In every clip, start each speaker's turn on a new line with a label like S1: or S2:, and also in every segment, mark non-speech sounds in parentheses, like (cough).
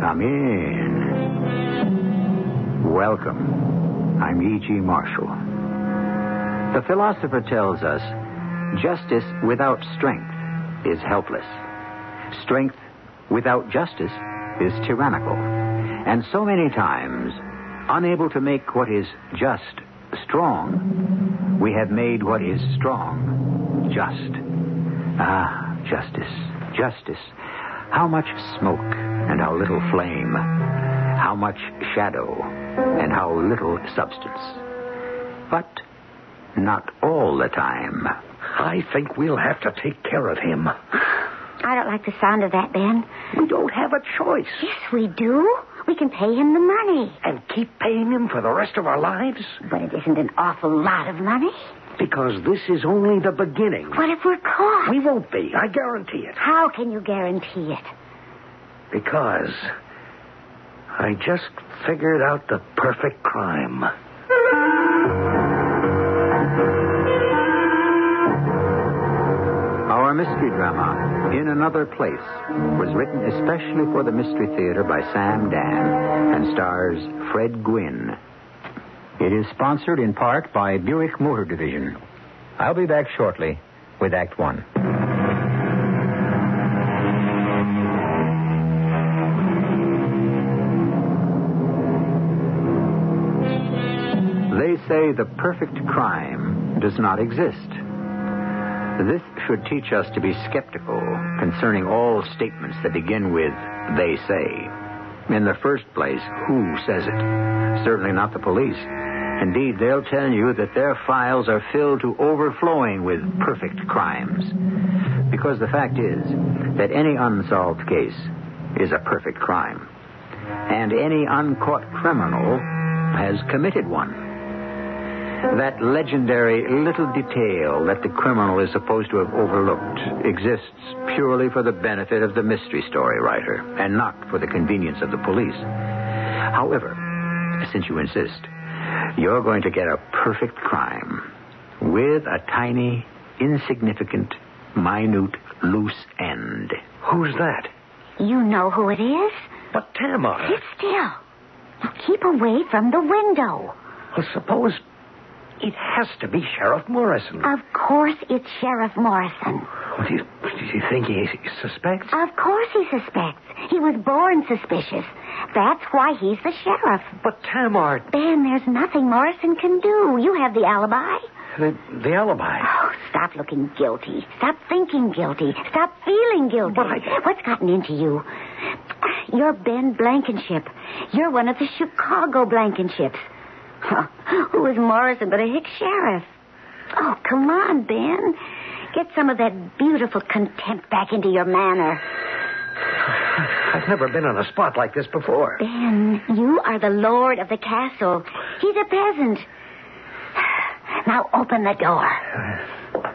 S1: Come in. Welcome. I'm E.G. Marshall. The philosopher tells us justice without strength is helpless. Strength without justice is tyrannical. And so many times, unable to make what is just strong, we have made what is strong just. Ah, justice, justice. How much smoke and how little flame. How much shadow and how little substance. But not all the time.
S2: I think we'll have to take care of him.
S3: I don't like the sound of that, Ben.
S2: We don't have a choice.
S3: Yes, we do. We can pay him the money.
S2: And keep paying him for the rest of our lives?
S3: But it isn't an awful lot of money.
S2: Because this is only the beginning.
S3: What if we're caught?
S2: We won't be, I guarantee it.
S3: How can you guarantee it?
S2: Because I just figured out the perfect crime.
S1: Our mystery drama, In Another Place, was written especially for the Mystery Theater by Sam Dan and stars Fred Gwynn. It is sponsored in part by Buick Motor Division. I'll be back shortly with Act One. They say the perfect crime does not exist. This should teach us to be skeptical concerning all statements that begin with they say. In the first place, who says it? Certainly not the police. Indeed, they'll tell you that their files are filled to overflowing with perfect crimes. Because the fact is that any unsolved case is a perfect crime. And any uncaught criminal has committed one. That legendary little detail that the criminal is supposed to have overlooked exists purely for the benefit of the mystery story writer and not for the convenience of the police. However, since you insist, you're going to get a perfect crime with a tiny, insignificant, minute, loose end.
S2: Who's that?
S3: You know who it is.
S2: But Tamara.
S3: Sit still. Now keep away from the window.
S2: Well, suppose it has to be Sheriff Morrison.
S3: Of course it's Sheriff Morrison.
S2: do, you, do you think he suspects?
S3: Of course he suspects. He was born suspicious. That's why he's the sheriff.
S2: but Tamar,
S3: Ben, there's nothing Morrison can do. You have the alibi.
S2: the, the alibi.
S3: Oh, stop looking guilty. Stop thinking guilty. Stop feeling guilty.
S2: But I-
S3: What's gotten into you? You're Ben Blankenship. You're one of the Chicago Blankenships. (laughs) Huh. Who is Morrison but a hick sheriff? Oh, come on, Ben. Get some of that beautiful contempt back into your manner.
S2: I've never been on a spot like this before.
S3: Ben, you are the lord of the castle. He's a peasant. (sighs) Now open the door.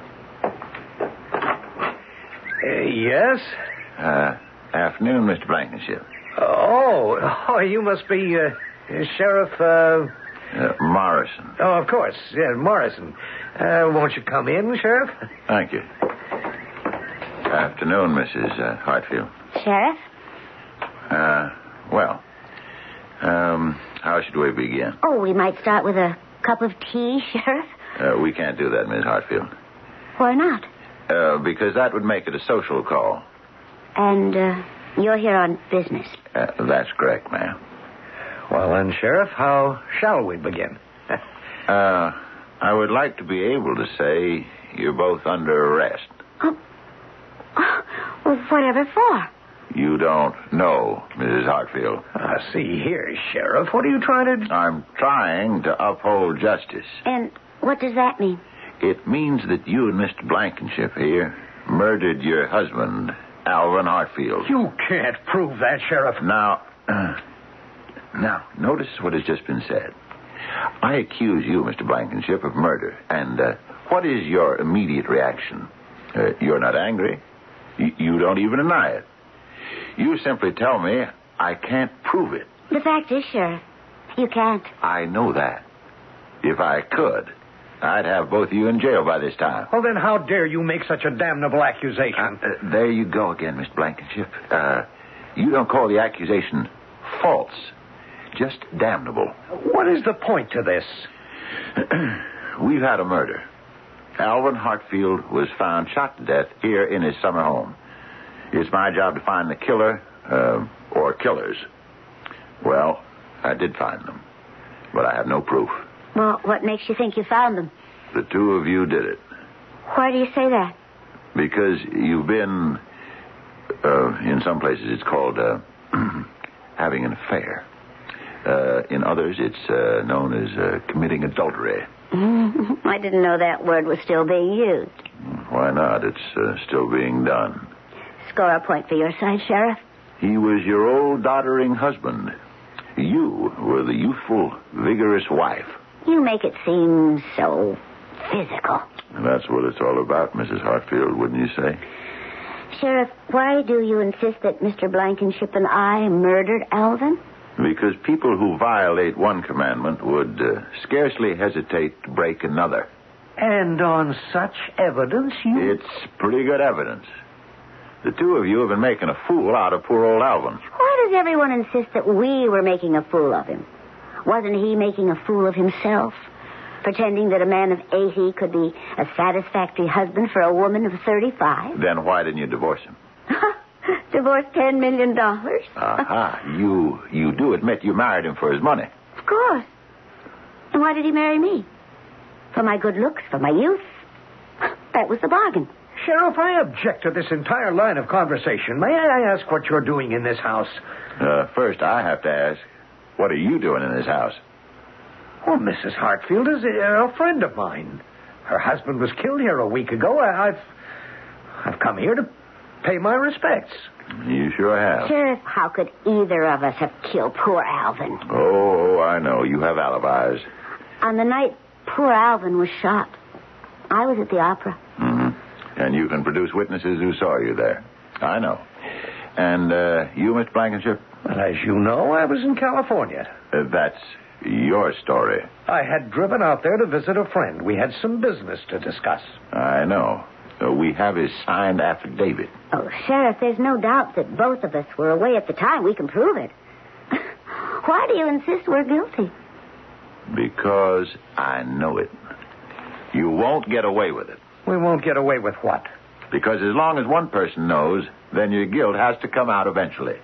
S2: Uh, yes?
S4: Uh, afternoon, Mr. Blankenship.
S2: Oh, oh, you must be uh, Sheriff. Uh...
S4: Uh, Morrison.
S2: Oh, of course, yeah, Morrison. Uh, won't you come in, Sheriff?
S4: Thank you. Afternoon, Mrs. Uh, Hartfield.
S3: Sheriff?
S4: Uh, well, um, how should we begin?
S3: Oh, we might start with a cup of tea, (laughs) Sheriff.
S4: Uh, we can't do that, Ms. Hartfield,
S3: Why not?
S4: uh, because that would make it a social call.
S3: And uh, you're here on business.
S4: Uh, that's correct, ma'am.
S2: Well, then, Sheriff, how shall we (laughs) begin?
S4: Uh, I would like to be able to say you're both under arrest.
S3: Oh, oh, (laughs) well, whatever for?
S4: You don't know, Mrs. Hartfield.
S2: Ah, see here, Sheriff, what are you trying to...
S4: I'm trying to uphold justice.
S3: And what does that mean?
S4: It means that you and Mr. Blankenship here murdered your husband, Alvin Hartfield.
S2: You can't prove that, Sheriff.
S4: Now, (clears throat) Now, notice what has just been said. I accuse you, Mr. Blankenship, of murder. And uh, what is your immediate reaction? Uh, you're not angry. Y- you don't even deny it. You simply tell me I can't prove it.
S3: The fact is, Sheriff, you can't.
S4: I know that. If I could, I'd have both of you in jail by this time.
S1: Well, then how dare you make such a damnable accusation?
S4: Uh, there you go again, Miss Blankenship. Uh, you don't call the accusation false, just damnable.
S2: Uh,
S1: what is the point to this?
S4: We've had a murder. Alvin Hartfield was found shot to death here in his summer home. It's my job to find the killer, uh, or killers. Well, I did find them, but I have no proof.
S3: Well, what makes you think you found them?
S4: The two of you did it
S3: Why do you say that?
S4: because you've been, uh, in some places it's called uh, (clears throat) having an affair. Uh, in others, it's uh, known as uh, committing adultery.
S3: (laughs) I didn't know that word was still being used.
S4: Why not? It's uh, still being done.
S3: Score a point for your side, Sheriff.
S4: He was your old doddering husband. You were the youthful, vigorous wife.
S3: You make it seem so physical.
S4: And that's what it's all about, Mrs. Hartfield, wouldn't you say?
S3: Sheriff, why do you insist that Mr. Blankenship and I murdered Alvin?
S4: Because people who violate one commandment would uh, scarcely hesitate to break another.
S1: And on such evidence, you.
S4: It's pretty good evidence. The two of you have been making a fool out of poor old Alvin.
S3: Why does everyone insist that we were making a fool of him? Wasn't he making a fool of himself? Pretending that a man of 80 could be a satisfactory husband for a woman of 35?
S4: Then why didn't you divorce him?
S3: (laughs) Divorced $10 million?
S4: (laughs) Aha, you you do admit you married him for his money.
S3: Of course. And why did he marry me? For my good looks, for my youth. That was the bargain.
S1: Sheriff, I object to this entire line of conversation. May I ask what you're doing in this house?
S4: Uh, first, I have to ask, what are you doing in this house?
S1: Well, Mrs. Oh, Hartfield is a, a friend of mine. Her husband was killed here a week ago. I, I've. I've come here to pay my respects.
S4: You sure have.
S3: Sheriff, how could either of us have killed poor Alvin?
S4: Oh, oh, I know. You have alibis.
S3: On the night poor Alvin was shot, I was at the opera.
S4: hmm And you can produce witnesses who saw you there. I know. And uh, you, Miss Blankenship,
S1: Well, as you know, I was in California.
S4: uh, that's your story.
S1: I had driven out there to visit a friend. We had some business to discuss.
S4: I know. Uh, we have his signed affidavit.
S3: Oh, Sheriff, there's no doubt that both of us were away at the time. We can prove it. (laughs) Why do you insist we're guilty?
S4: Because I know it. You won't get away with it.
S1: We won't get away with what?
S4: Because as long as one person knows, then your guilt has to come out eventually.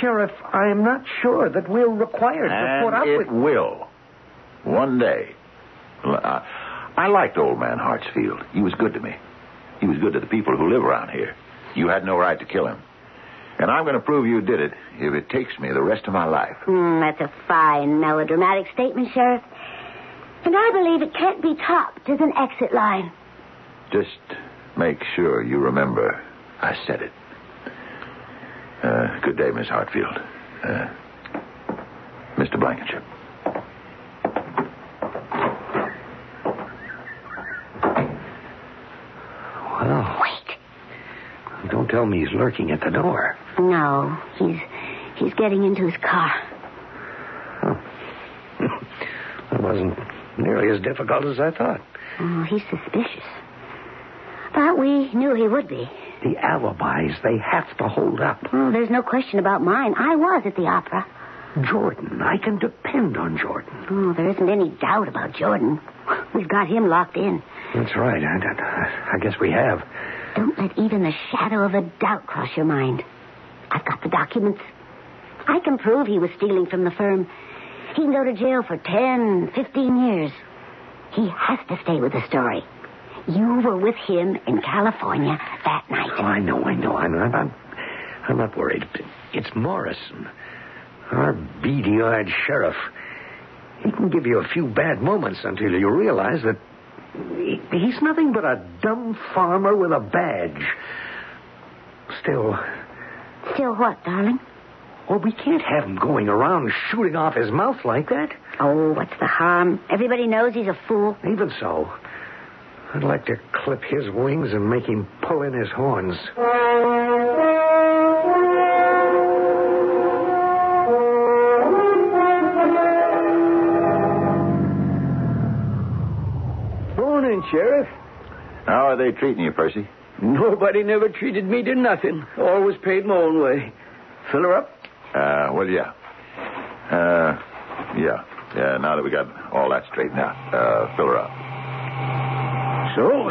S1: Sheriff, I'm not sure that we're required to put up
S4: and it
S1: with.
S4: will. One day. L- I, I liked old man Hartsfield. He was good to me. He was good to the people who live around here. You had no right to kill him. And I'm going to prove you did it if it takes me the rest of my life.
S3: Hmm, that's a fine melodramatic statement, Sheriff. And I believe it can't be topped as an exit line.
S4: Just make sure you remember I said it. Uh, good day, Miss Hartfield. Uh, Mr. Blankenship.
S1: Well,
S3: Wait.
S1: don't tell me he's lurking at the door.
S3: No, he's he's getting into his car.
S1: That wasn't nearly as difficult as I thought.
S3: Oh, he's suspicious. But we knew he would be.
S1: The alibis, they have to hold up.
S3: Well, there's no question about mine. I was at the opera.
S1: Jordan, I can depend on Jordan.
S3: Oh, there isn't any doubt about Jordan. We've got him locked in.
S1: That's right. I, I, I guess we have.
S3: Don't let even the shadow of a doubt cross your mind. I've got the documents. I can prove he was stealing from the firm. He can go to jail for ten, fifteen years. He has to stay with the story. You were with him in California that night.
S1: Oh, I know, I know. I'm, I'm, I'm, I'm not worried. It's Morrison, our beady eyed sheriff. He can give you a few bad moments until you realize that he- he's nothing but a dumb farmer with a badge. Still,
S3: Still what, darling?
S5: Well, we can't have him going around shooting off his mouth like that.
S3: Oh, what's the harm? Everybody knows he's a fool.
S5: Even so, I'd like to clip his wings and make him pull in his horns.
S1: Morning, Sheriff.
S4: How are they treating you, Percy?
S1: Nobody never treated me to nothing. Always paid my own way. Fill her up?
S4: Uh, well, yeah. Uh, yeah. Yeah, now that we got all that straightened out, uh, fill her up.
S1: So,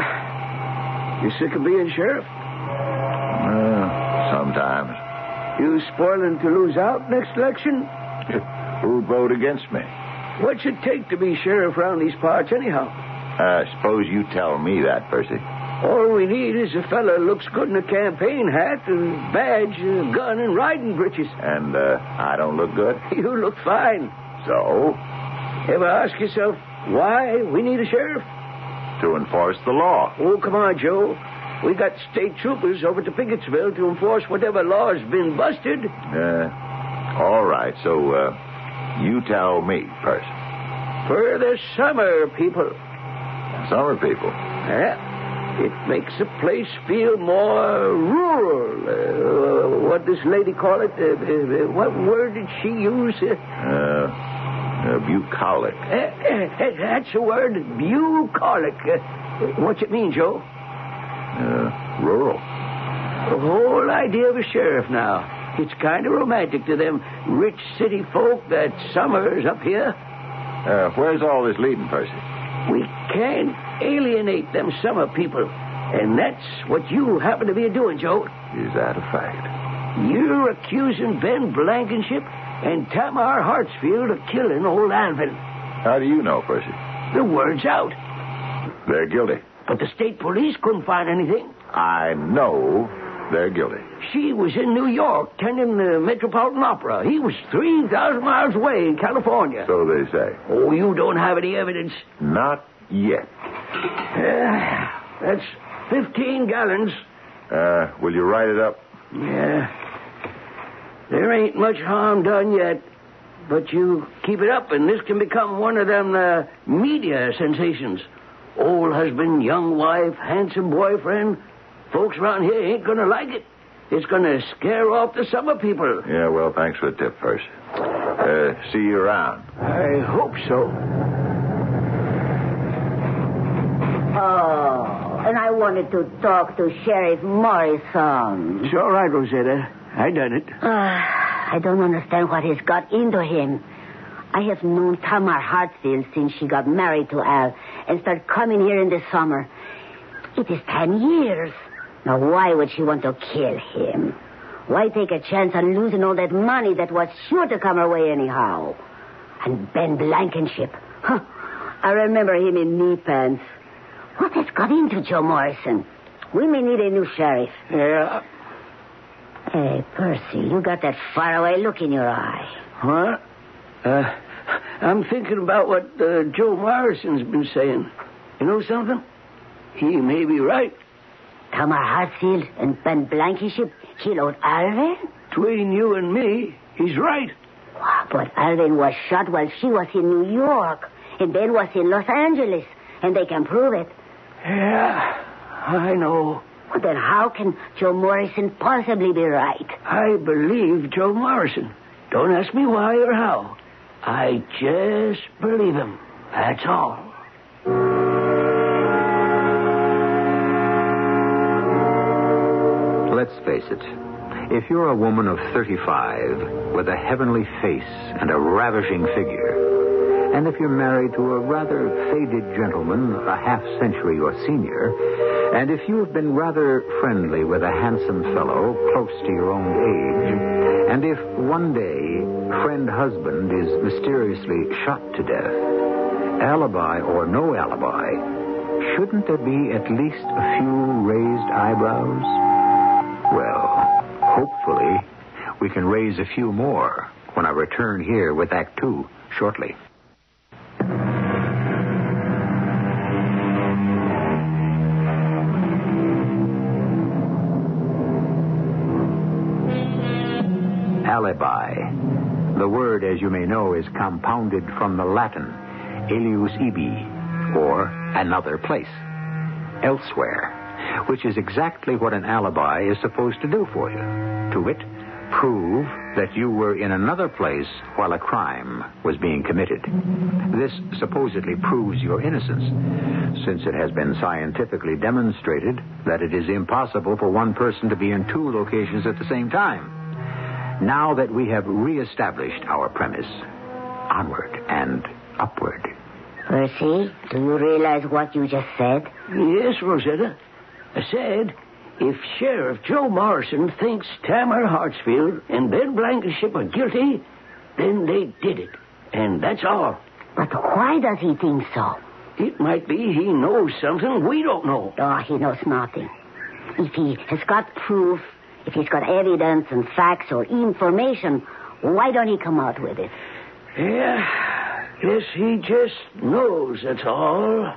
S1: you sick of being sheriff?
S4: Uh, sometimes.
S1: You spoiling to lose out next election?
S4: Who vote against me?
S1: What's it take to be sheriff around these parts, anyhow?
S4: I Uh, suppose you tell me that, Percy.
S1: All we need is a fella looks good in a campaign hat, a badge, a gun, and riding breeches.
S4: And uh, I don't look good.
S1: (laughs) You look fine.
S4: So,
S1: Ever ask yourself why we need a sheriff?
S4: to enforce the law.
S1: Oh, come on, Joe. We got state troopers over to Pickettsville to enforce whatever law's been busted.
S4: Uh, all right, so uh, you tell me, Percy.
S1: For the summer, people.
S4: Summer people.
S1: Yeah. It makes a place feel more rural. Uh, what does lady call it? Uh, uh, uh, what word did she use? Uh,
S4: Uh, uh, bucolic.
S1: uh, uh, that's the word, bucolic. Uh, what's it mean, Joe?
S4: Uh, rural.
S1: The whole idea of a sheriff now. It's kind of romantic to them rich city folk that summers up here.
S4: Uh, where's all this leading, Percy?
S1: We can't alienate them summer people. And that's what you happen to be doing, Joe.
S4: Is that a fact?
S1: You're accusing Ben Blankenship and Tamar Hartsfield of killing old Alvin.
S4: How do you know, Percy?
S1: The word's out.
S4: They're guilty.
S1: But the state police couldn't find anything.
S4: I know they're guilty.
S1: She was in New York tending the Metropolitan Opera. He was 3,000 miles away in California.
S4: So they say.
S1: Oh, you don't have any evidence. (sighs)
S4: Not yet.
S1: Yeah, that's 15 gallons.
S4: Uh, will you write it up?
S1: Yeah. There ain't much harm done yet. But you keep it up, and this can become one of them uh, media sensations. Old husband, young wife, handsome boyfriend. Folks around here ain't going to like it. It's going to scare off the summer people.
S4: Yeah, well, thanks for the tip, Percy. Uh, see you around.
S1: I hope so.
S3: Oh, and I wanted to talk to Sheriff Morrison.
S1: It's all right, Rosetta. I done it.
S3: Ah, I don't understand what has got into him. I have known Tamar Hartfield since she got married to Al and started coming here in the summer. It is ten years. Now, why would she want to kill him? Why take a chance on losing all that money that was sure to come her way anyhow? And Ben Blankenship. Huh. I remember him in knee pants. What has got into Joe Morrison? We may need a new sheriff.
S1: Yeah.
S3: Hey, Percy, you got that faraway look in your eye.
S1: Huh? Uh, I'm thinking about what uh, Joe Morrison's been saying. You know something? He may be right.
S3: Tamar Hartfield and Ben Blankenship killed Alvin?
S1: Between you and me, he's right.
S3: Wow, But Alvin was shot while she was in New York, and Ben was in Los Angeles, and they can prove it.
S1: Yeah, I know.
S3: Well, then how can Joe Morrison possibly be right?
S1: I believe Joe Morrison. Don't ask me why or how. I just believe him. That's all.
S6: Let's face it. If you're a woman of 35 with a heavenly face and a ravishing figure, and if you're married to a rather faded gentleman a half century your senior, and if you've been rather friendly with a handsome fellow close to your own age, and if one day friend husband is mysteriously shot to death, alibi or no alibi, shouldn't there be at least a few raised eyebrows? Well, hopefully, we can raise a few more when I return here with Act Two shortly.
S7: alibi. The word, as you may know, is compounded from the Latin alius ibi, or another place, elsewhere, which is exactly what an alibi is supposed to do for you. To wit, prove that you were in another place while a crime was being committed. This supposedly proves your innocence, since it has been scientifically demonstrated that it is impossible for one person to be in two locations at the same time. Now that we have reestablished our premise, onward and upward.
S3: Percy, do you realize what you just said?
S8: Yes, Rosetta. I said if Sheriff Joe Morrison thinks Tamar Hartsfield and Ben Blankenship are guilty, then they did it. And that's all.
S3: But why does he think so?
S8: It might be he knows something we don't know.
S3: Oh, he knows nothing. If he has got proof, if he's got evidence and facts or information, why don't he come out with it?
S8: Yeah, guess he just knows, that's all.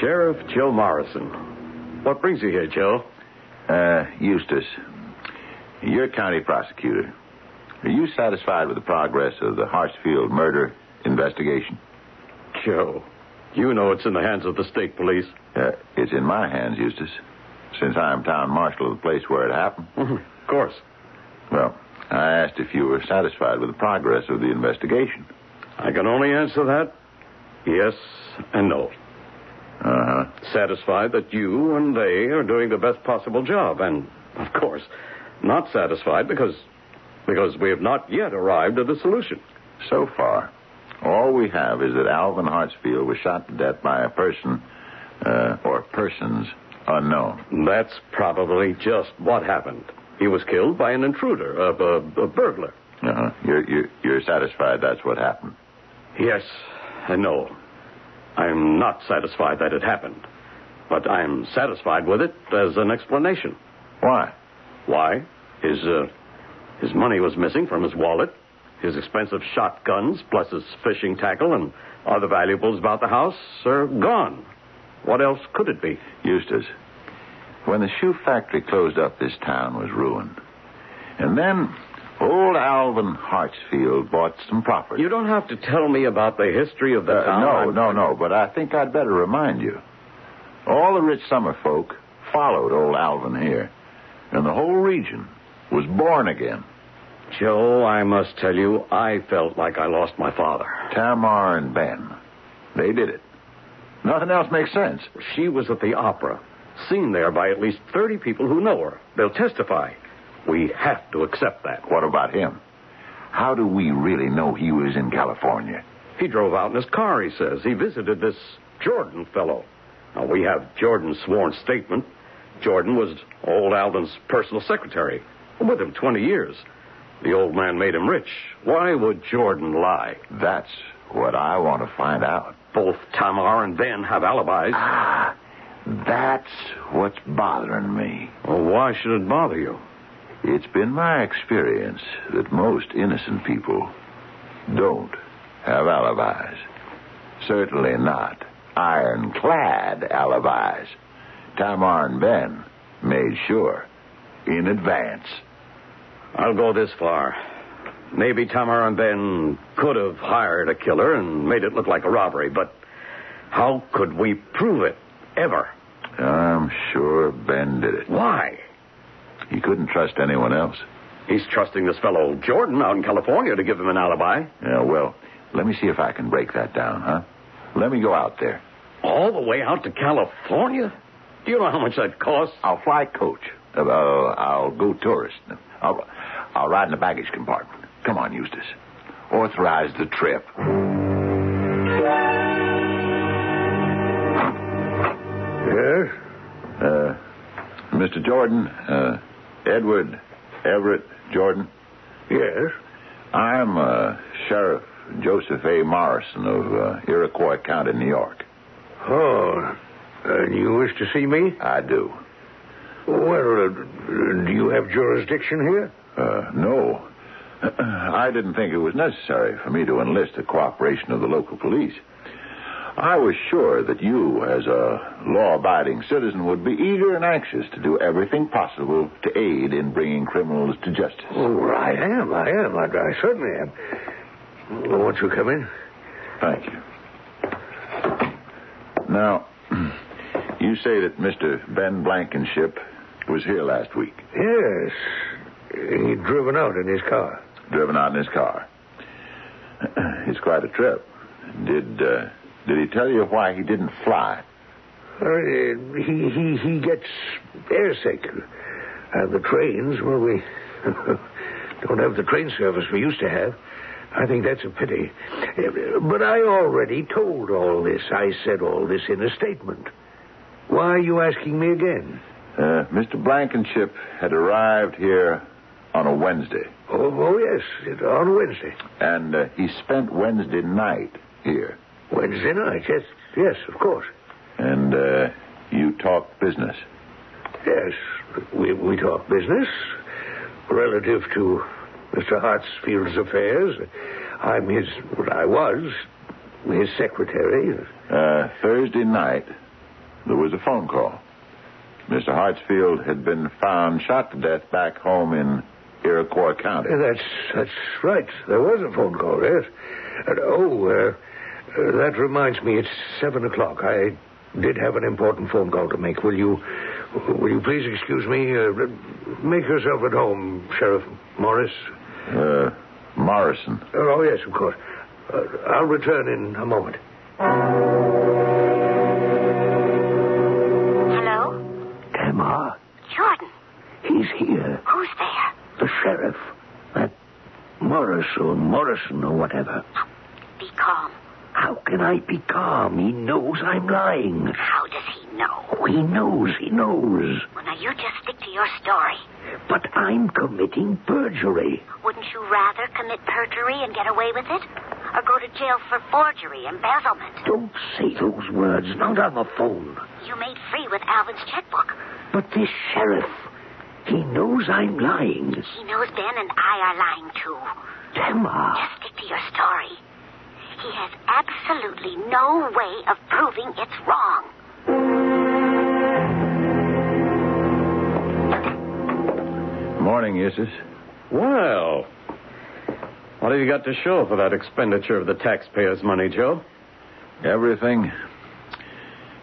S9: Sheriff Joe Morrison. What brings you here, Joe?
S4: Uh, Eustace, you're county prosecutor. Are you satisfied with the progress of the Hartsfield murder investigation?
S9: Joe, you know it's in the hands of the state police.
S4: Uh, it's in my hands, Eustace, since I'm town marshal of the place where it happened.
S9: of course.
S4: Well, I asked if you were satisfied with the progress of the investigation.
S9: I can only answer that yes and no.
S4: Uh huh.
S9: Satisfied that you and they are doing the best possible job, and, of course, not satisfied because. Because we have not yet arrived at a solution.
S4: So far, all we have is that Alvin Hartsfield was shot to death by a person uh, or persons unknown.
S9: That's probably just what happened. He was killed by an intruder, a, a, a burglar.
S4: Uh-huh. You're, you're, you're satisfied that's what happened?
S9: Yes and no. I'm not satisfied that it happened, but I'm satisfied with it as an explanation.
S4: Why?
S9: Why? His, uh, his money was missing from his wallet, his expensive shotguns, plus his fishing tackle and other valuables about the house are gone. What else could it be?
S4: Eustace, when the shoe factory closed up, this town was ruined. And then old Alvin Hartsfield bought some property.
S9: You don't have to tell me about the history of the
S4: Uh,
S9: town.
S4: no,
S9: I'm-
S4: no, no, but I think I'd better remind you. All the rich summer folk followed old Alvin here, and the whole region was born again.
S9: Joe, I must tell you, I felt like I lost my father.
S4: Tamar and Ben. They did it. Nothing else makes sense.
S9: She was at the opera, seen there by at least 30 people who know her. They'll testify. We have to accept that.
S4: What about him? How do we really know he was in California?
S9: He drove out in his car, he says. He visited this Jordan fellow. Now, we have Jordan's sworn statement. Jordan was old Alden's personal secretary, with him 20 years. The old man made him rich. Why would Jordan lie?
S4: That's what I want to find out.
S9: Both Tamar and Ben have alibis.
S4: That's what's bothering me.
S9: Well, why should it bother you?
S4: It's been my experience that most innocent people don't have alibis. Certainly not ironclad alibis. Tamar and Ben made sure in advance.
S9: I'll go this far. Maybe Tamar and Ben could have hired a killer and made it look like a robbery, but how could we prove it ever?
S4: I'm sure Ben did it.
S9: Why?
S4: He couldn't trust anyone else.
S9: He's trusting this fellow Jordan out in California to give him an alibi.
S4: Yeah, well, let me see if I can break that down, huh? Let me go out there.
S9: All the way out to California? Do you know how much that costs?
S4: I'll fly coach. Uh, I'll go tourist. I'll, I'll ride in the baggage compartment. Come on, Eustace. Authorize the trip.
S1: Yes?
S4: Uh, Mr. Jordan, uh, Edward Everett Jordan,
S1: Yes?
S4: I'm uh, Sheriff Joseph A. Morrison of uh, Iroquois County, New York.
S1: Oh, and you wish to see me?
S4: I do.
S1: Well, uh, do you have jurisdiction here?
S4: Uh, no. (clears throat) I didn't think it was necessary for me to enlist the cooperation of the local police. I was sure that you, as a law abiding citizen, would be eager and anxious to do everything possible to aid in bringing criminals to justice.
S1: Oh, I am. I am. I, I certainly am. Well, Won't you come in?
S4: Thank you. Now, (clears throat) you say that Mr. Ben Blankenship was here last week,
S1: Yes. He'd driven out in his car.
S4: driven out in his car. (clears throat) it's quite a trip. Did uh, did he tell you why he didn't fly?
S1: Uh, (laughs) he, he, he gets airsick. And the trains, well, we (laughs) don't have the train service we used to have. I think that's a pity. Uh, But I already told all this. I said all this in a statement. Why are you asking me again?
S4: Uh, Mr. Blankenship had arrived here on a Wednesday,
S1: Oh, oh yes, it- on Wednesday.
S4: and uh, he spent Wednesday night here.
S1: Wednesday night, yes, yes, of course.
S4: And uh, you talked business.
S1: Yes, we, we talk business relative to Mr. Hartsfield's affairs. I'm his, well, I was his secretary.
S4: Uh, Thursday night, there was a phone call. Mr. Hartsfield had been found shot to death back home in Iroquois County.
S1: That's, that's right. There was a phone call, yes. And, oh, uh, uh, that reminds me, it's seven o'clock. I did have an important phone call to make. Will you, will you please excuse me? Uh, make yourself at home, Sheriff Morris.
S4: Uh, Morrison.
S1: Oh, yes, of course. Uh, I'll return in a moment.
S3: Hello?
S1: Emma,
S3: Jordan,
S1: he's here.
S3: who's there?
S1: The sheriff. That Morris or Morrison or whatever.
S3: Be calm.
S1: How can I be calm? He knows I'm lying.
S3: How does he know?
S1: Oh, he knows, he knows.
S3: Well, now you just stick to your story.
S1: But I'm committing perjury.
S3: Wouldn't you rather commit perjury and get away with it? Or go to jail for forgery, embezzlement?
S1: Don't say those words, not on the phone.
S3: You made free with Alvin's checkbook.
S1: But this sheriff, he knows I'm lying.
S3: He knows Ben and I are lying too.
S1: Emma,
S3: Just stick to your story. He has absolutely no way of proving it's wrong.
S4: Morning, Isis.
S9: Well, what have you got to show for that expenditure of the taxpayers' money, Joe?
S4: Everything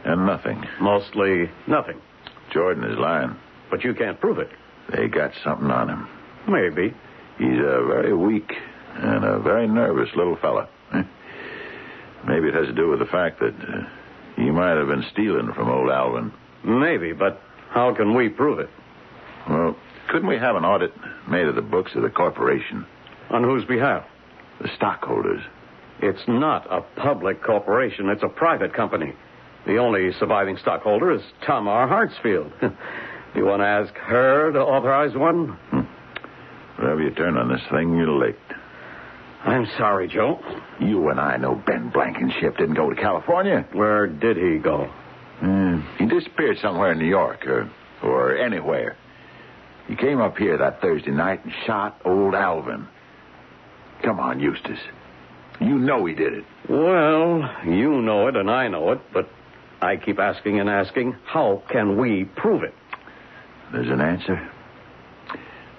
S4: and nothing.
S9: Mostly nothing.
S4: Jordan is lying.
S9: But you can't prove it.
S4: They got something on him.
S9: Maybe.
S4: He's a very weak and a very nervous little fella. Eh? Maybe it has to do with the fact that uh, he might have been stealing from old Alvin.
S9: Maybe, but how can we prove it?
S4: Well, couldn't we have an audit made of the books of the corporation,
S9: On whose behalf?
S4: the stockholders?
S9: It's not a public corporation, it's a private company. The only surviving stockholder is Tamar Hartsfield. (laughs) you want to ask her to authorize one?
S4: Whenever you turn on this thing, you're licked.
S9: I'm sorry, Joe.
S4: You and I know Ben Blankenship didn't go to California.
S9: Where did he go?
S4: Hmm. He disappeared somewhere in New York or, or anywhere. He came up here that Thursday night and shot old Alvin. Come on, Eustace. You know he did it.
S9: Well, you know it and I know it, but I keep asking and asking, how can we prove it?
S4: There's an answer.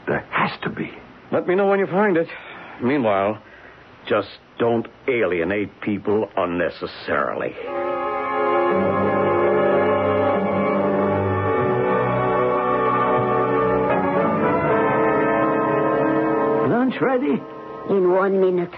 S4: There has to be.
S9: Let me know when you find it. Meanwhile, just don't alienate people unnecessarily.
S1: lunch ready?
S3: In one minute.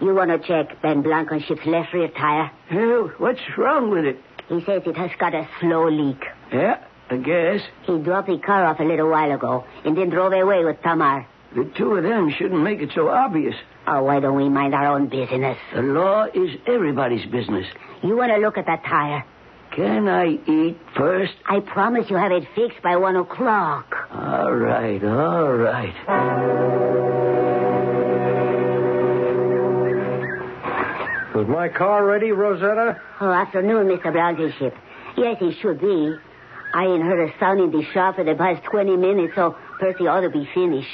S3: You want to check Ben Blankenship's left rear tire?
S1: Yeah, what's wrong with it?
S3: He says it has got a slow leak.
S1: Yeah, I guess.
S3: He dropped the car off a little while ago and then drove away with Tamar.
S1: The two of them shouldn't make it so obvious.
S3: Oh, why don't we mind our own business?
S1: The law is everybody's business.
S3: You want to look at that tire?
S1: Can I eat first?
S3: I promise you have it fixed by one o'clock.
S1: All right, all right.
S8: Was my car ready, Rosetta?
S3: Oh, afternoon, Mr. Blankenship. Yes, it should be. I ain't heard a sound in the shop for the past 20 minutes, so Percy ought to be finished.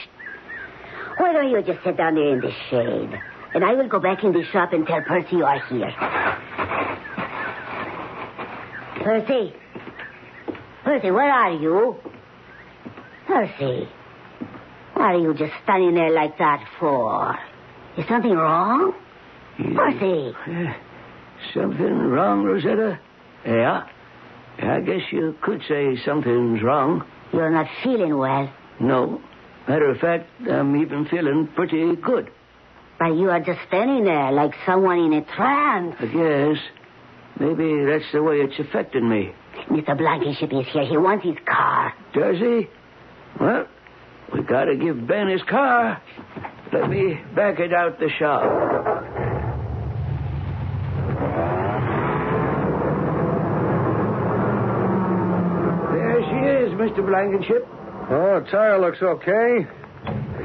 S3: Why don't you just sit down there in the shade? And I will go back in the shop and tell Percy you are here. Lucy. Lucy, where are you? Lucy. What are you just standing there like that for? Is something wrong? Lucy.
S1: Eh, something wrong, Rosetta? Yeah. I guess you could say something's wrong.
S3: You're not feeling well,
S1: No. Matter of fact, I'm even feeling pretty good.
S3: but you are just standing there like someone in a trance.
S1: I guess. Maybe that's the way it's affecting me.
S3: Mr. Blankenship is here. He wants his car.
S1: Does he? Well, we gotta give Ben his car. Let me back it out the shop. There she is, Mr. Blankenship.
S9: Oh, tire looks okay.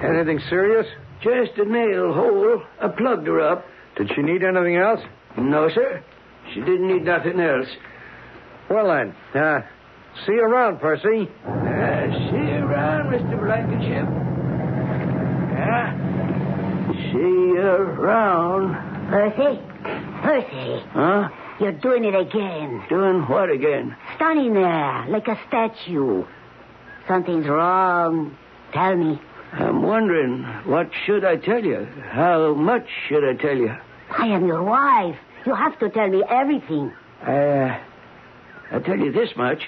S9: Anything serious?
S1: Just a nail hole. I plugged her up.
S9: Did she need anything else?
S1: No, sir. She didn't need nothing else.
S9: Well, then, uh, see you around, Percy.
S1: Uh, see you around, Mr. Blankenship. Yeah? See you around.
S3: Percy? Percy,
S1: Huh?
S3: you're doing it again.
S1: Doing what again?
S3: Standing there like a statue. Something's wrong. Tell me.
S1: I'm wondering, what should I tell you? How much should I tell you?
S3: I am your wife. You have to tell me everything.
S1: Uh, I'll tell you this much.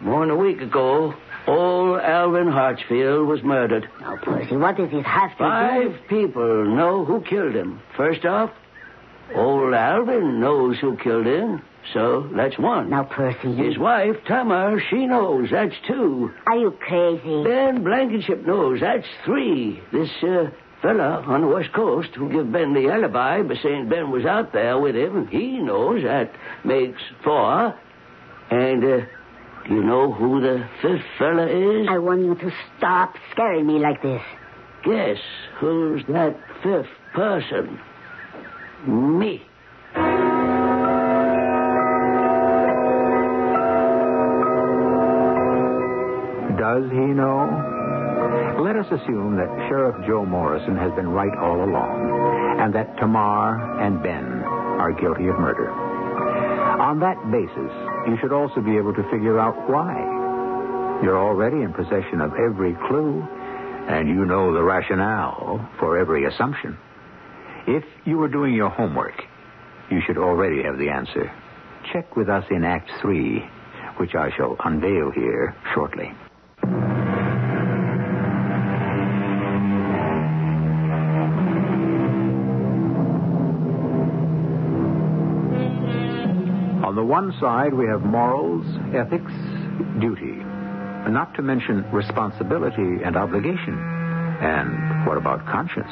S1: More than a week ago, old Alvin Hartsfield was murdered.
S3: Now, Percy, what does this have to do?
S1: Five people know who killed him. First off, old Alvin knows who killed him, so that's one.
S3: Now, Percy, you-
S1: His wife, Tamar, she knows. That's two.
S3: are you crazy?
S1: Ben Blankenship knows. That's three. This uh, fella on the West Coast who give Ben the alibi by saying Ben was out there with him, he knows. That makes four. And uh, do you know who the fifth fella is?
S3: I want you to stop scaring me like this.
S1: Guess who's that fifth person? Me.
S7: Does he know? Let us assume that Sheriff Joe Morrison has been right all along and that Tamar and Ben are guilty of murder. On that basis, you should also be able to figure out why. You're already in possession of every clue, and you know the rationale for every assumption. If you were doing your homework, you should already have the answer. Check with us in Act 3, which I shall unveil here shortly. On the one side, we have morals, ethics, duty, not to mention responsibility and obligation. And what about conscience?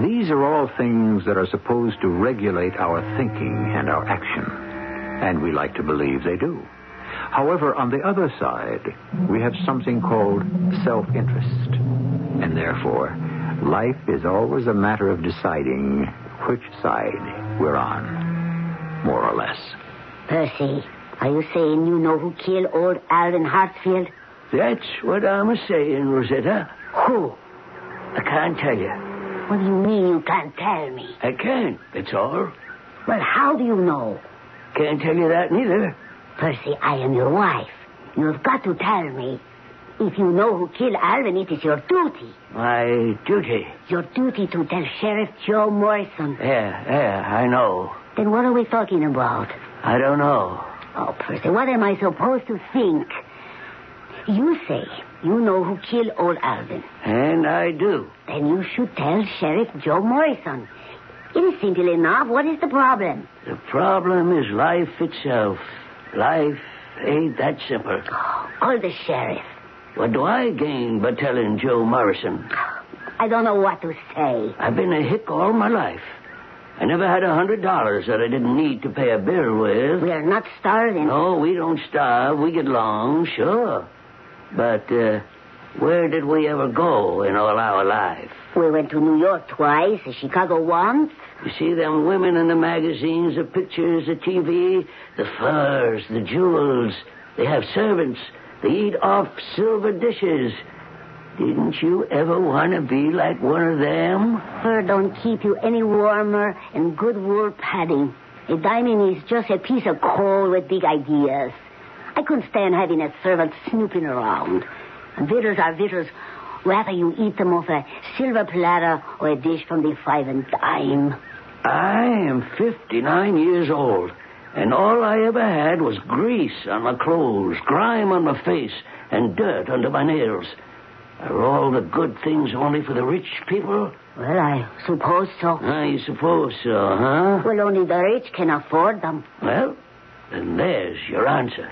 S7: These are all things that are supposed to regulate our thinking and our action, and we like to believe they do. However, on the other side, we have something called self interest, and therefore, life is always a matter of deciding which side we're on, more or less.
S3: Percy, are you saying you know who killed old Alvin Hartfield?
S1: That's what I'm saying, Rosetta.
S3: Who?
S1: I can't tell you.
S3: What do you mean you can't tell me?
S1: I can't, that's all.
S3: Well, how do you know?
S1: Can't tell you that neither.
S3: Percy, I am your wife. You've got to tell me. If you know who killed Alvin, it is your duty.
S1: My duty.
S3: Your duty to tell Sheriff Joe Morrison.
S1: Yeah, yeah, I know.
S3: Then what are we talking about?
S1: I don't know.
S3: Oh, Percy, what am I supposed to think? You say you know who killed old Alvin.
S1: And I do.
S3: Then you should tell Sheriff Joe Morrison. It is simple enough. What is the problem?
S1: The problem is life itself. Life ain't that simple.
S3: Call the sheriff.
S1: What do I gain by telling Joe Morrison?
S3: I don't know what to say.
S1: I've been a hick all my life. I never had a hundred dollars that I didn't need to pay a bill with.
S3: We are not starving.
S1: No, we don't starve. We get along, sure. But uh, where did we ever go in all our life?
S3: We went to New York twice, Chicago once.
S1: You see them women in the magazines, the pictures, the TV, the furs, the jewels. They have servants. They eat off silver dishes. Didn't you ever want to be like one of them?
S3: Fur don't keep you any warmer and good wool padding. A diamond is just a piece of coal with big ideas. I couldn't stand having a servant snooping around. Victors are victors, whether you eat them off a silver platter or a dish from the five and dime.
S9: I am 59 years old, and all I ever had was grease on my clothes, grime on my face, and dirt under my nails. Are all the good things only for the rich people?
S3: Well, I suppose so.
S9: Ah, you suppose so, huh?
S3: Well, only the rich can afford them.
S9: Well, then there's your answer.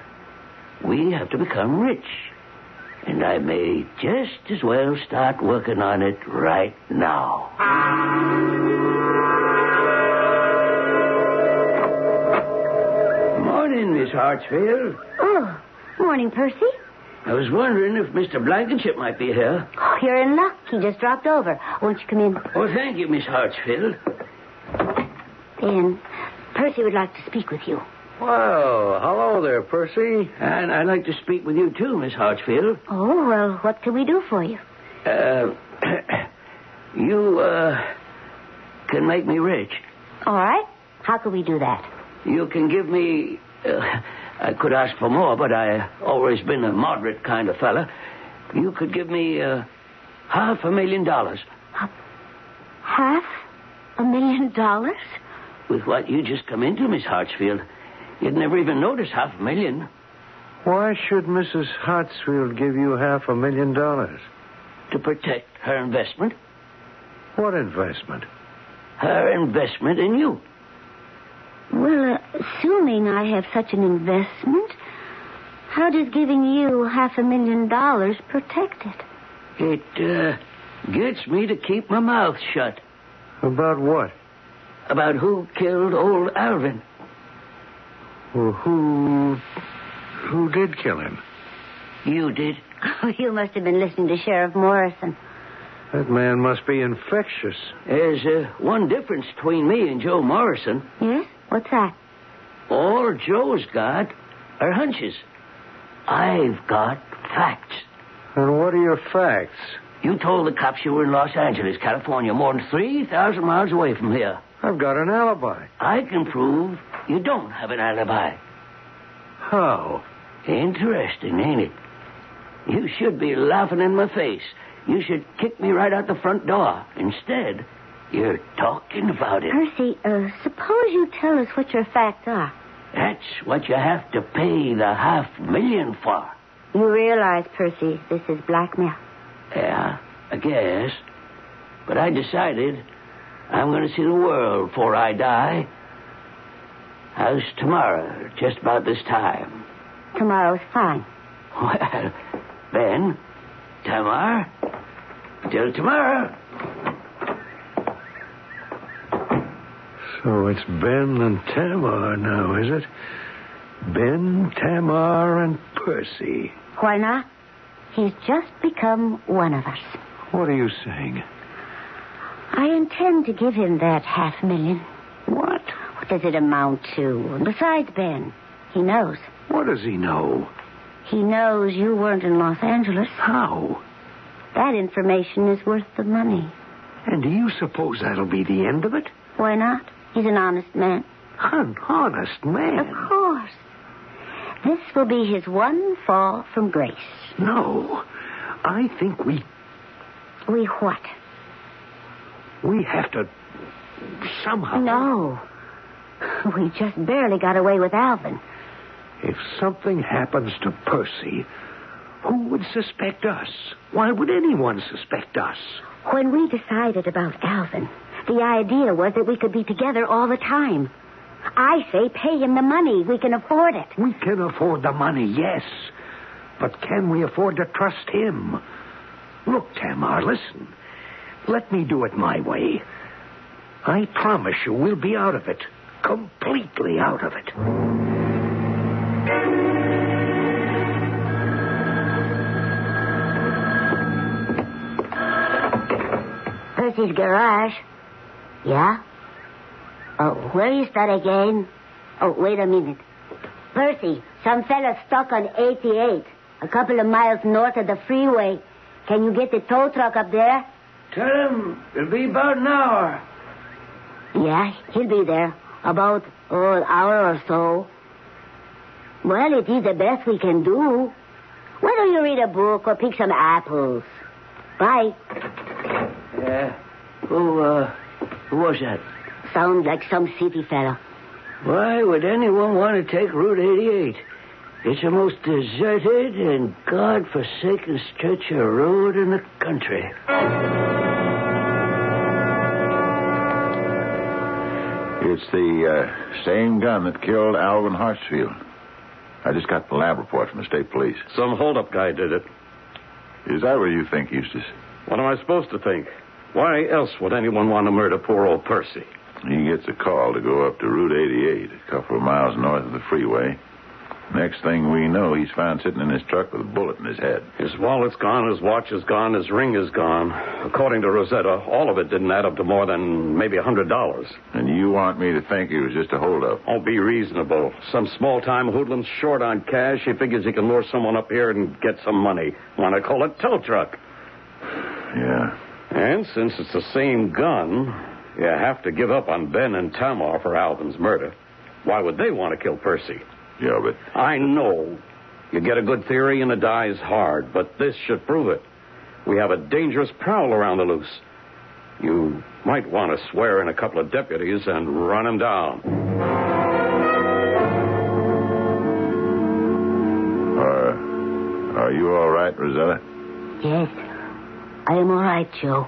S9: We have to become rich. And I may just as well start working on it right now. Morning, Miss Hartsfield.
S3: Oh, morning, Percy.
S9: I was wondering if Mr. Blankenship might be here.
S3: Oh, you're in luck. He just dropped over. Won't you come in?
S9: Oh, thank you, Miss Hartsfield.
S3: Ben, Percy would like to speak with you.
S1: Well, hello there, Percy.
S9: And I'd like to speak with you, too, Miss Hartsfield.
S3: Oh, well, what can we do for you?
S9: Uh, you, uh, can make me rich.
S3: All right. How can we do that?
S9: You can give me. Uh, I could ask for more, but I always been a moderate kind of fella. You could give me uh, half a million dollars
S3: Half a million dollars?
S9: with what you just come into, Miss Hartsfield. You'd never even notice half a million.
S1: Why should Mrs. Hartsfield give you half a million dollars?
S9: to protect her investment,
S1: What investment?
S9: her investment in you.
S3: Well, assuming I have such an investment, how does giving you half a million dollars protect it?
S9: It uh, gets me to keep my mouth shut
S1: About what?
S9: about who killed old Alvin.
S1: Well, who. Who did kill him?
S9: You did.
S3: Oh, you must have been listening to Sheriff Morrison.
S1: That man must be infectious.
S9: There's uh, one difference between me and Joe Morrison.
S3: Yes? What's that?
S9: All Joe's got are hunches. I've got facts.
S1: And what are your facts?
S9: You told the cops you were in Los Angeles, California, more than 3,000 miles away from here.
S1: I've got an alibi.
S9: I can prove you don't have an alibi.
S1: How?
S9: Interesting, ain't it? You should be laughing in my face. You should kick me right out the front door. Instead, you're talking about it.
S3: Percy, uh, suppose you tell us what your facts are.
S9: That's what you have to pay the half million for.
S3: You realize, Percy, this is blackmail.
S9: Yeah, I guess. But I decided I'm going to see the world before I die. How's tomorrow, just about this time? (laughs)
S3: Tomorrow's fine.
S9: Well, Ben, Tamar, till tomorrow.
S1: So it's Ben and Tamar now, is it? Ben, Tamar, and Percy.
S3: Why not? He's just become one of us.
S1: What are you saying?
S3: I intend to give him that half million. What? What does it amount to? And Besides Ben, he knows.
S1: What does he know?
S3: He knows you weren't in Los Angeles.
S1: How?
S3: That information is worth the money.
S1: And do you suppose that'll be the end of it?
S3: Why not? He's an honest man.
S1: An honest
S3: Of
S1: man.
S3: course. This will be his one fall from grace.
S1: No. I think we
S3: We what?
S1: we have to somehow
S3: No. We just barely got away with Alvin.
S1: If something happens to Percy, who would suspect us? Why would anyone suspect us?
S3: When we decided about Alvin, the idea was that we could be together all the time. I say pay him the money. We can afford it.
S1: We can afford the money, yes. But can we afford to trust him? Look, Tamar, listen. Let me do it my way. I promise you we'll be out of it. Completely out of it.
S3: Percy's garage. Yeah? Oh, where is that again? Oh, wait a minute. Percy, some fella stuck on 88, a couple of miles north of the freeway. Can you get the tow truck up there?
S9: Tell him it'll be about an hour.
S3: Yeah, he'll be there. About oh, an hour or so. Well, it is the best we can do. Why don't you read a book or pick some apples? Bye.
S8: Uh, who, uh, who was that?
S3: Sounds like some city fella.
S8: Why would anyone want to take Route 88? It's the most deserted and godforsaken stretch of road in the country.
S4: It's the uh, same gun that killed Alvin Hartsfield. I just got the lab report from the state police.
S9: Some holdup guy did it.
S4: Is that what you think, Eustace?
S9: What am I supposed to think? Why else would anyone want to murder poor old Percy?
S4: He gets a call to go up to Route 88, a couple of miles north of the freeway. Next thing we know, he's found sitting in his truck with a bullet in his head.
S9: His wallet's gone, his watch is gone, his ring is gone. According to Rosetta, all of it didn't add up to more than maybe a hundred dollars.
S4: And you want me to think it was just a holdup?
S9: Oh, be reasonable. Some small time hoodlum's short on cash. He figures he can lure someone up here and get some money. Want to call it tow truck.
S4: Yeah.
S9: And since it's the same gun, you have to give up on Ben and Tamar for Alvin's murder. Why would they want to kill Percy?
S4: Yeah, but
S9: I know. You get a good theory and it dies hard, but this should prove it. We have a dangerous prowler on the loose. You might want to swear in a couple of deputies and run him down.
S4: uh, are, are you all right, Rosetta?
S3: Yes. I am all right, Joe.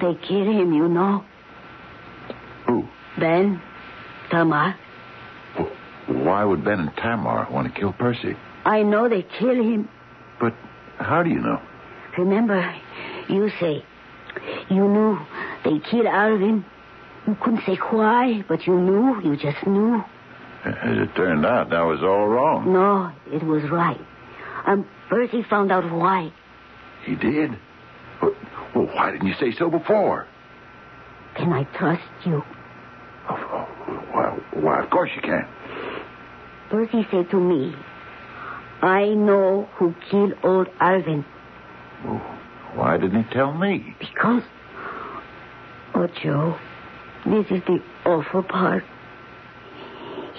S3: They killed him, you know.
S4: Who?
S3: Ben, Tamar.
S4: Why would Ben and Tamar want to kill Percy?
S3: I know they killed him.
S4: But how do you know?
S3: Remember, you say you knew they killed Alvin. You couldn't say why, but you knew. You just knew.
S4: As it turned out, that was all wrong.
S3: No, it was right. And Percy found out why.
S4: He did? Well, well, why didn't you say so before?
S3: Can I trust you?
S4: Oh, oh, Why, why, of course you can.
S3: Percy said to me, I know who killed old Alvin
S4: Well, Why didn't he tell me?
S3: because. Oh, Joe, this is the awful part.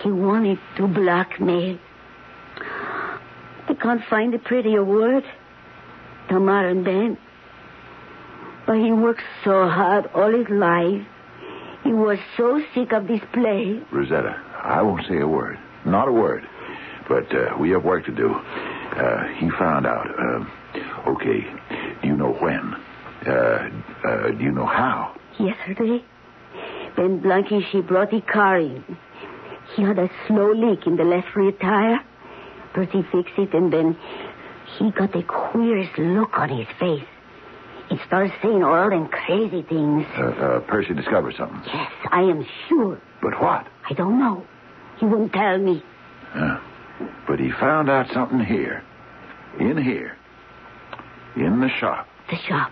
S3: He wanted to blackmail. I can't find a prettier word. Tamar and Ben. But he worked so hard all his life. He was so sick of this place.
S4: Rosetta, I won't say a word. Not a word. But uh, we have work to do. Uh, he found out. Uh, okay, do you know when? Uh, uh, do you know how?
S3: Yesterday, Ben Blankenship brought the car in. He had a slow leak in the left rear tire. Percy fixed it, and then he got the queerest look on his face. He started saying all them crazy things.
S4: Uh, uh, Percy discovered something.
S3: Yes, I am sure.
S4: But what?
S3: I don't know. He won't tell me.
S4: Uh, but he found out something here. In here. In the shop.
S3: The shop.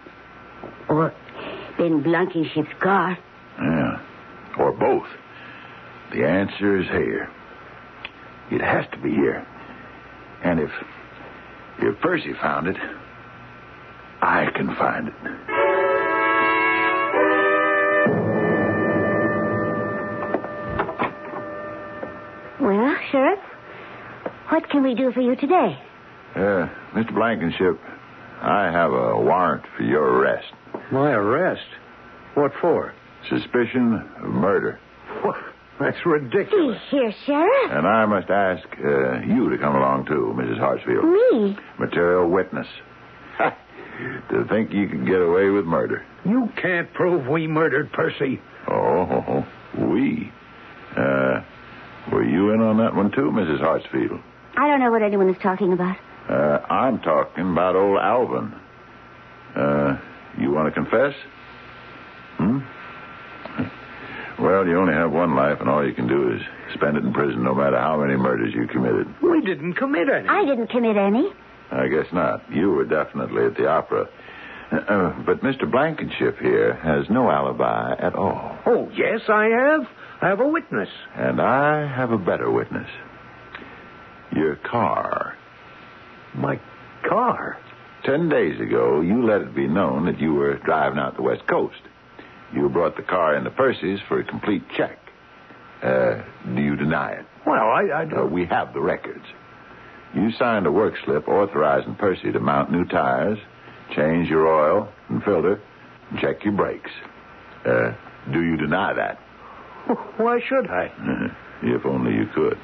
S3: Or Ben Blankenship's car.
S4: Yeah. Or both. The answer is here. It has to be here. And if if Percy found it, I can find it.
S3: Well, Sheriff, what can we do for you today?
S4: Uh, Mr. Blankenship, I have a warrant for your arrest.
S1: My arrest? What for?
S4: Suspicion of murder.
S1: That's ridiculous.
S3: See here, Sheriff.
S4: And I must ask uh, you to come along too, Mrs. Hartsfield.
S3: Me.
S4: Material (laughs) witness. to think you could get away with murder.
S1: You can't prove we murdered Percy.
S4: Oh, we. Uh, were you in on that one too, Mrs. Hartsfield?
S3: I don't know what anyone is talking about.
S4: Uh, I'm talking about old Alvin. Uh, you want to confess? Hmm? Well, you only have one life, and all you can do is spend it in prison, no matter how many murders you committed.
S1: We didn't commit any.
S3: I didn't commit any.
S4: I guess not. You were definitely at the opera. (clears throat) Uh, but Mr. Blankenship here has no alibi at all.
S1: Oh, yes, I have. I have a witness.
S4: And I have a better witness. Your car.
S1: My car.
S4: Ten days ago, you let it be known that you were driving out the West Coast. You brought the car and the purses for a complete check. Uh, do you deny it?
S1: Well, I, I
S4: Uh,
S1: don't.
S4: we have the records. You signed a work slip authorizing Percy to mount new tires, change your oil and filter, and check your brakes. Uh, do you deny that?
S1: Why should I?
S4: (laughs) if only you could.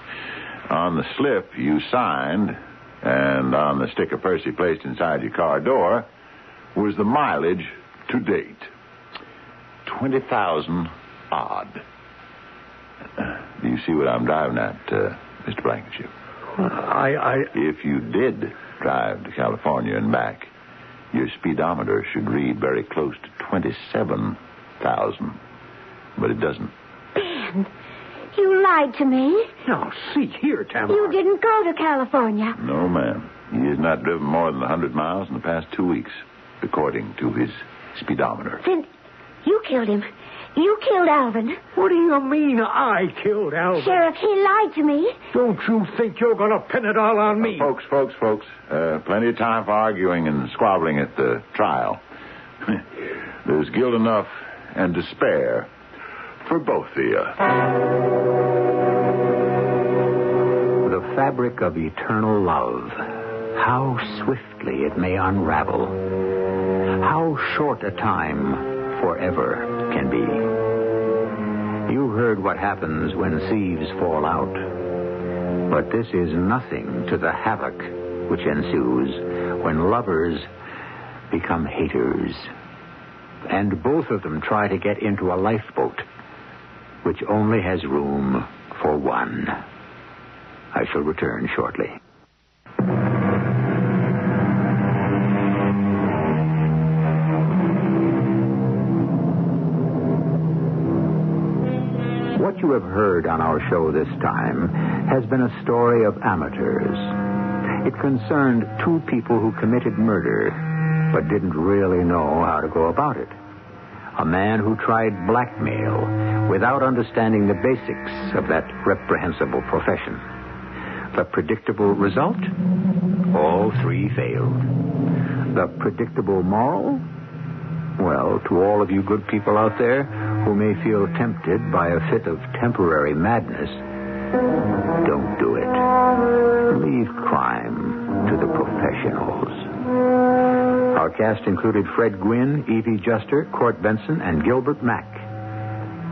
S4: On the slip you signed, and on the sticker Percy placed inside your car door, was the mileage to date 20,000 odd. (clears throat) Do you see what I'm driving at, uh, Mr. Blankenship?
S1: I, I,
S4: If you did drive to California and back, your speedometer should read very close to 27,000. But it doesn't.
S3: You lied to me.
S1: Now, see here, Tamara.
S3: You didn't go to California.
S4: No, ma'am. He has not driven more than a 100 miles in the past two weeks, according to his speedometer.
S3: Then you killed him. You killed Alvin.
S1: What do you mean I killed Alvin?
S3: Sheriff, he lied to me.
S1: Don't you think you're going to pin it all on me?
S4: Uh, folks, folks, folks, uh, plenty of time for arguing and squabbling at the trial. (laughs) There's guilt enough and to spare for both of you.
S7: The fabric of eternal love, how swiftly it may unravel. How short a time forever can be. You heard what happens when sieves fall out. But this is nothing to the havoc which ensues when lovers become haters. And both of them try to get into a lifeboat which only has room for one. I shall return shortly. What you have heard on our show this time has been a story of amateurs. It concerned two people who committed murder but didn't really know how to go about it. A man who tried blackmail without understanding the basics of that reprehensible profession. The predictable result? All three failed. The predictable moral? Well, to all of you good people out there who may feel tempted by a fit of temporary madness, don't do it. Leave crime to the professionals. Our cast included Fred Gwynn, Evie Juster, Court Benson, and Gilbert Mack.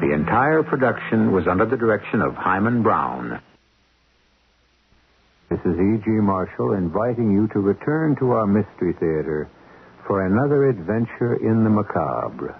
S7: The entire production was under the direction of Hyman Brown. This is E.G. Marshall inviting you to return to our Mystery Theater for another adventure in the macabre.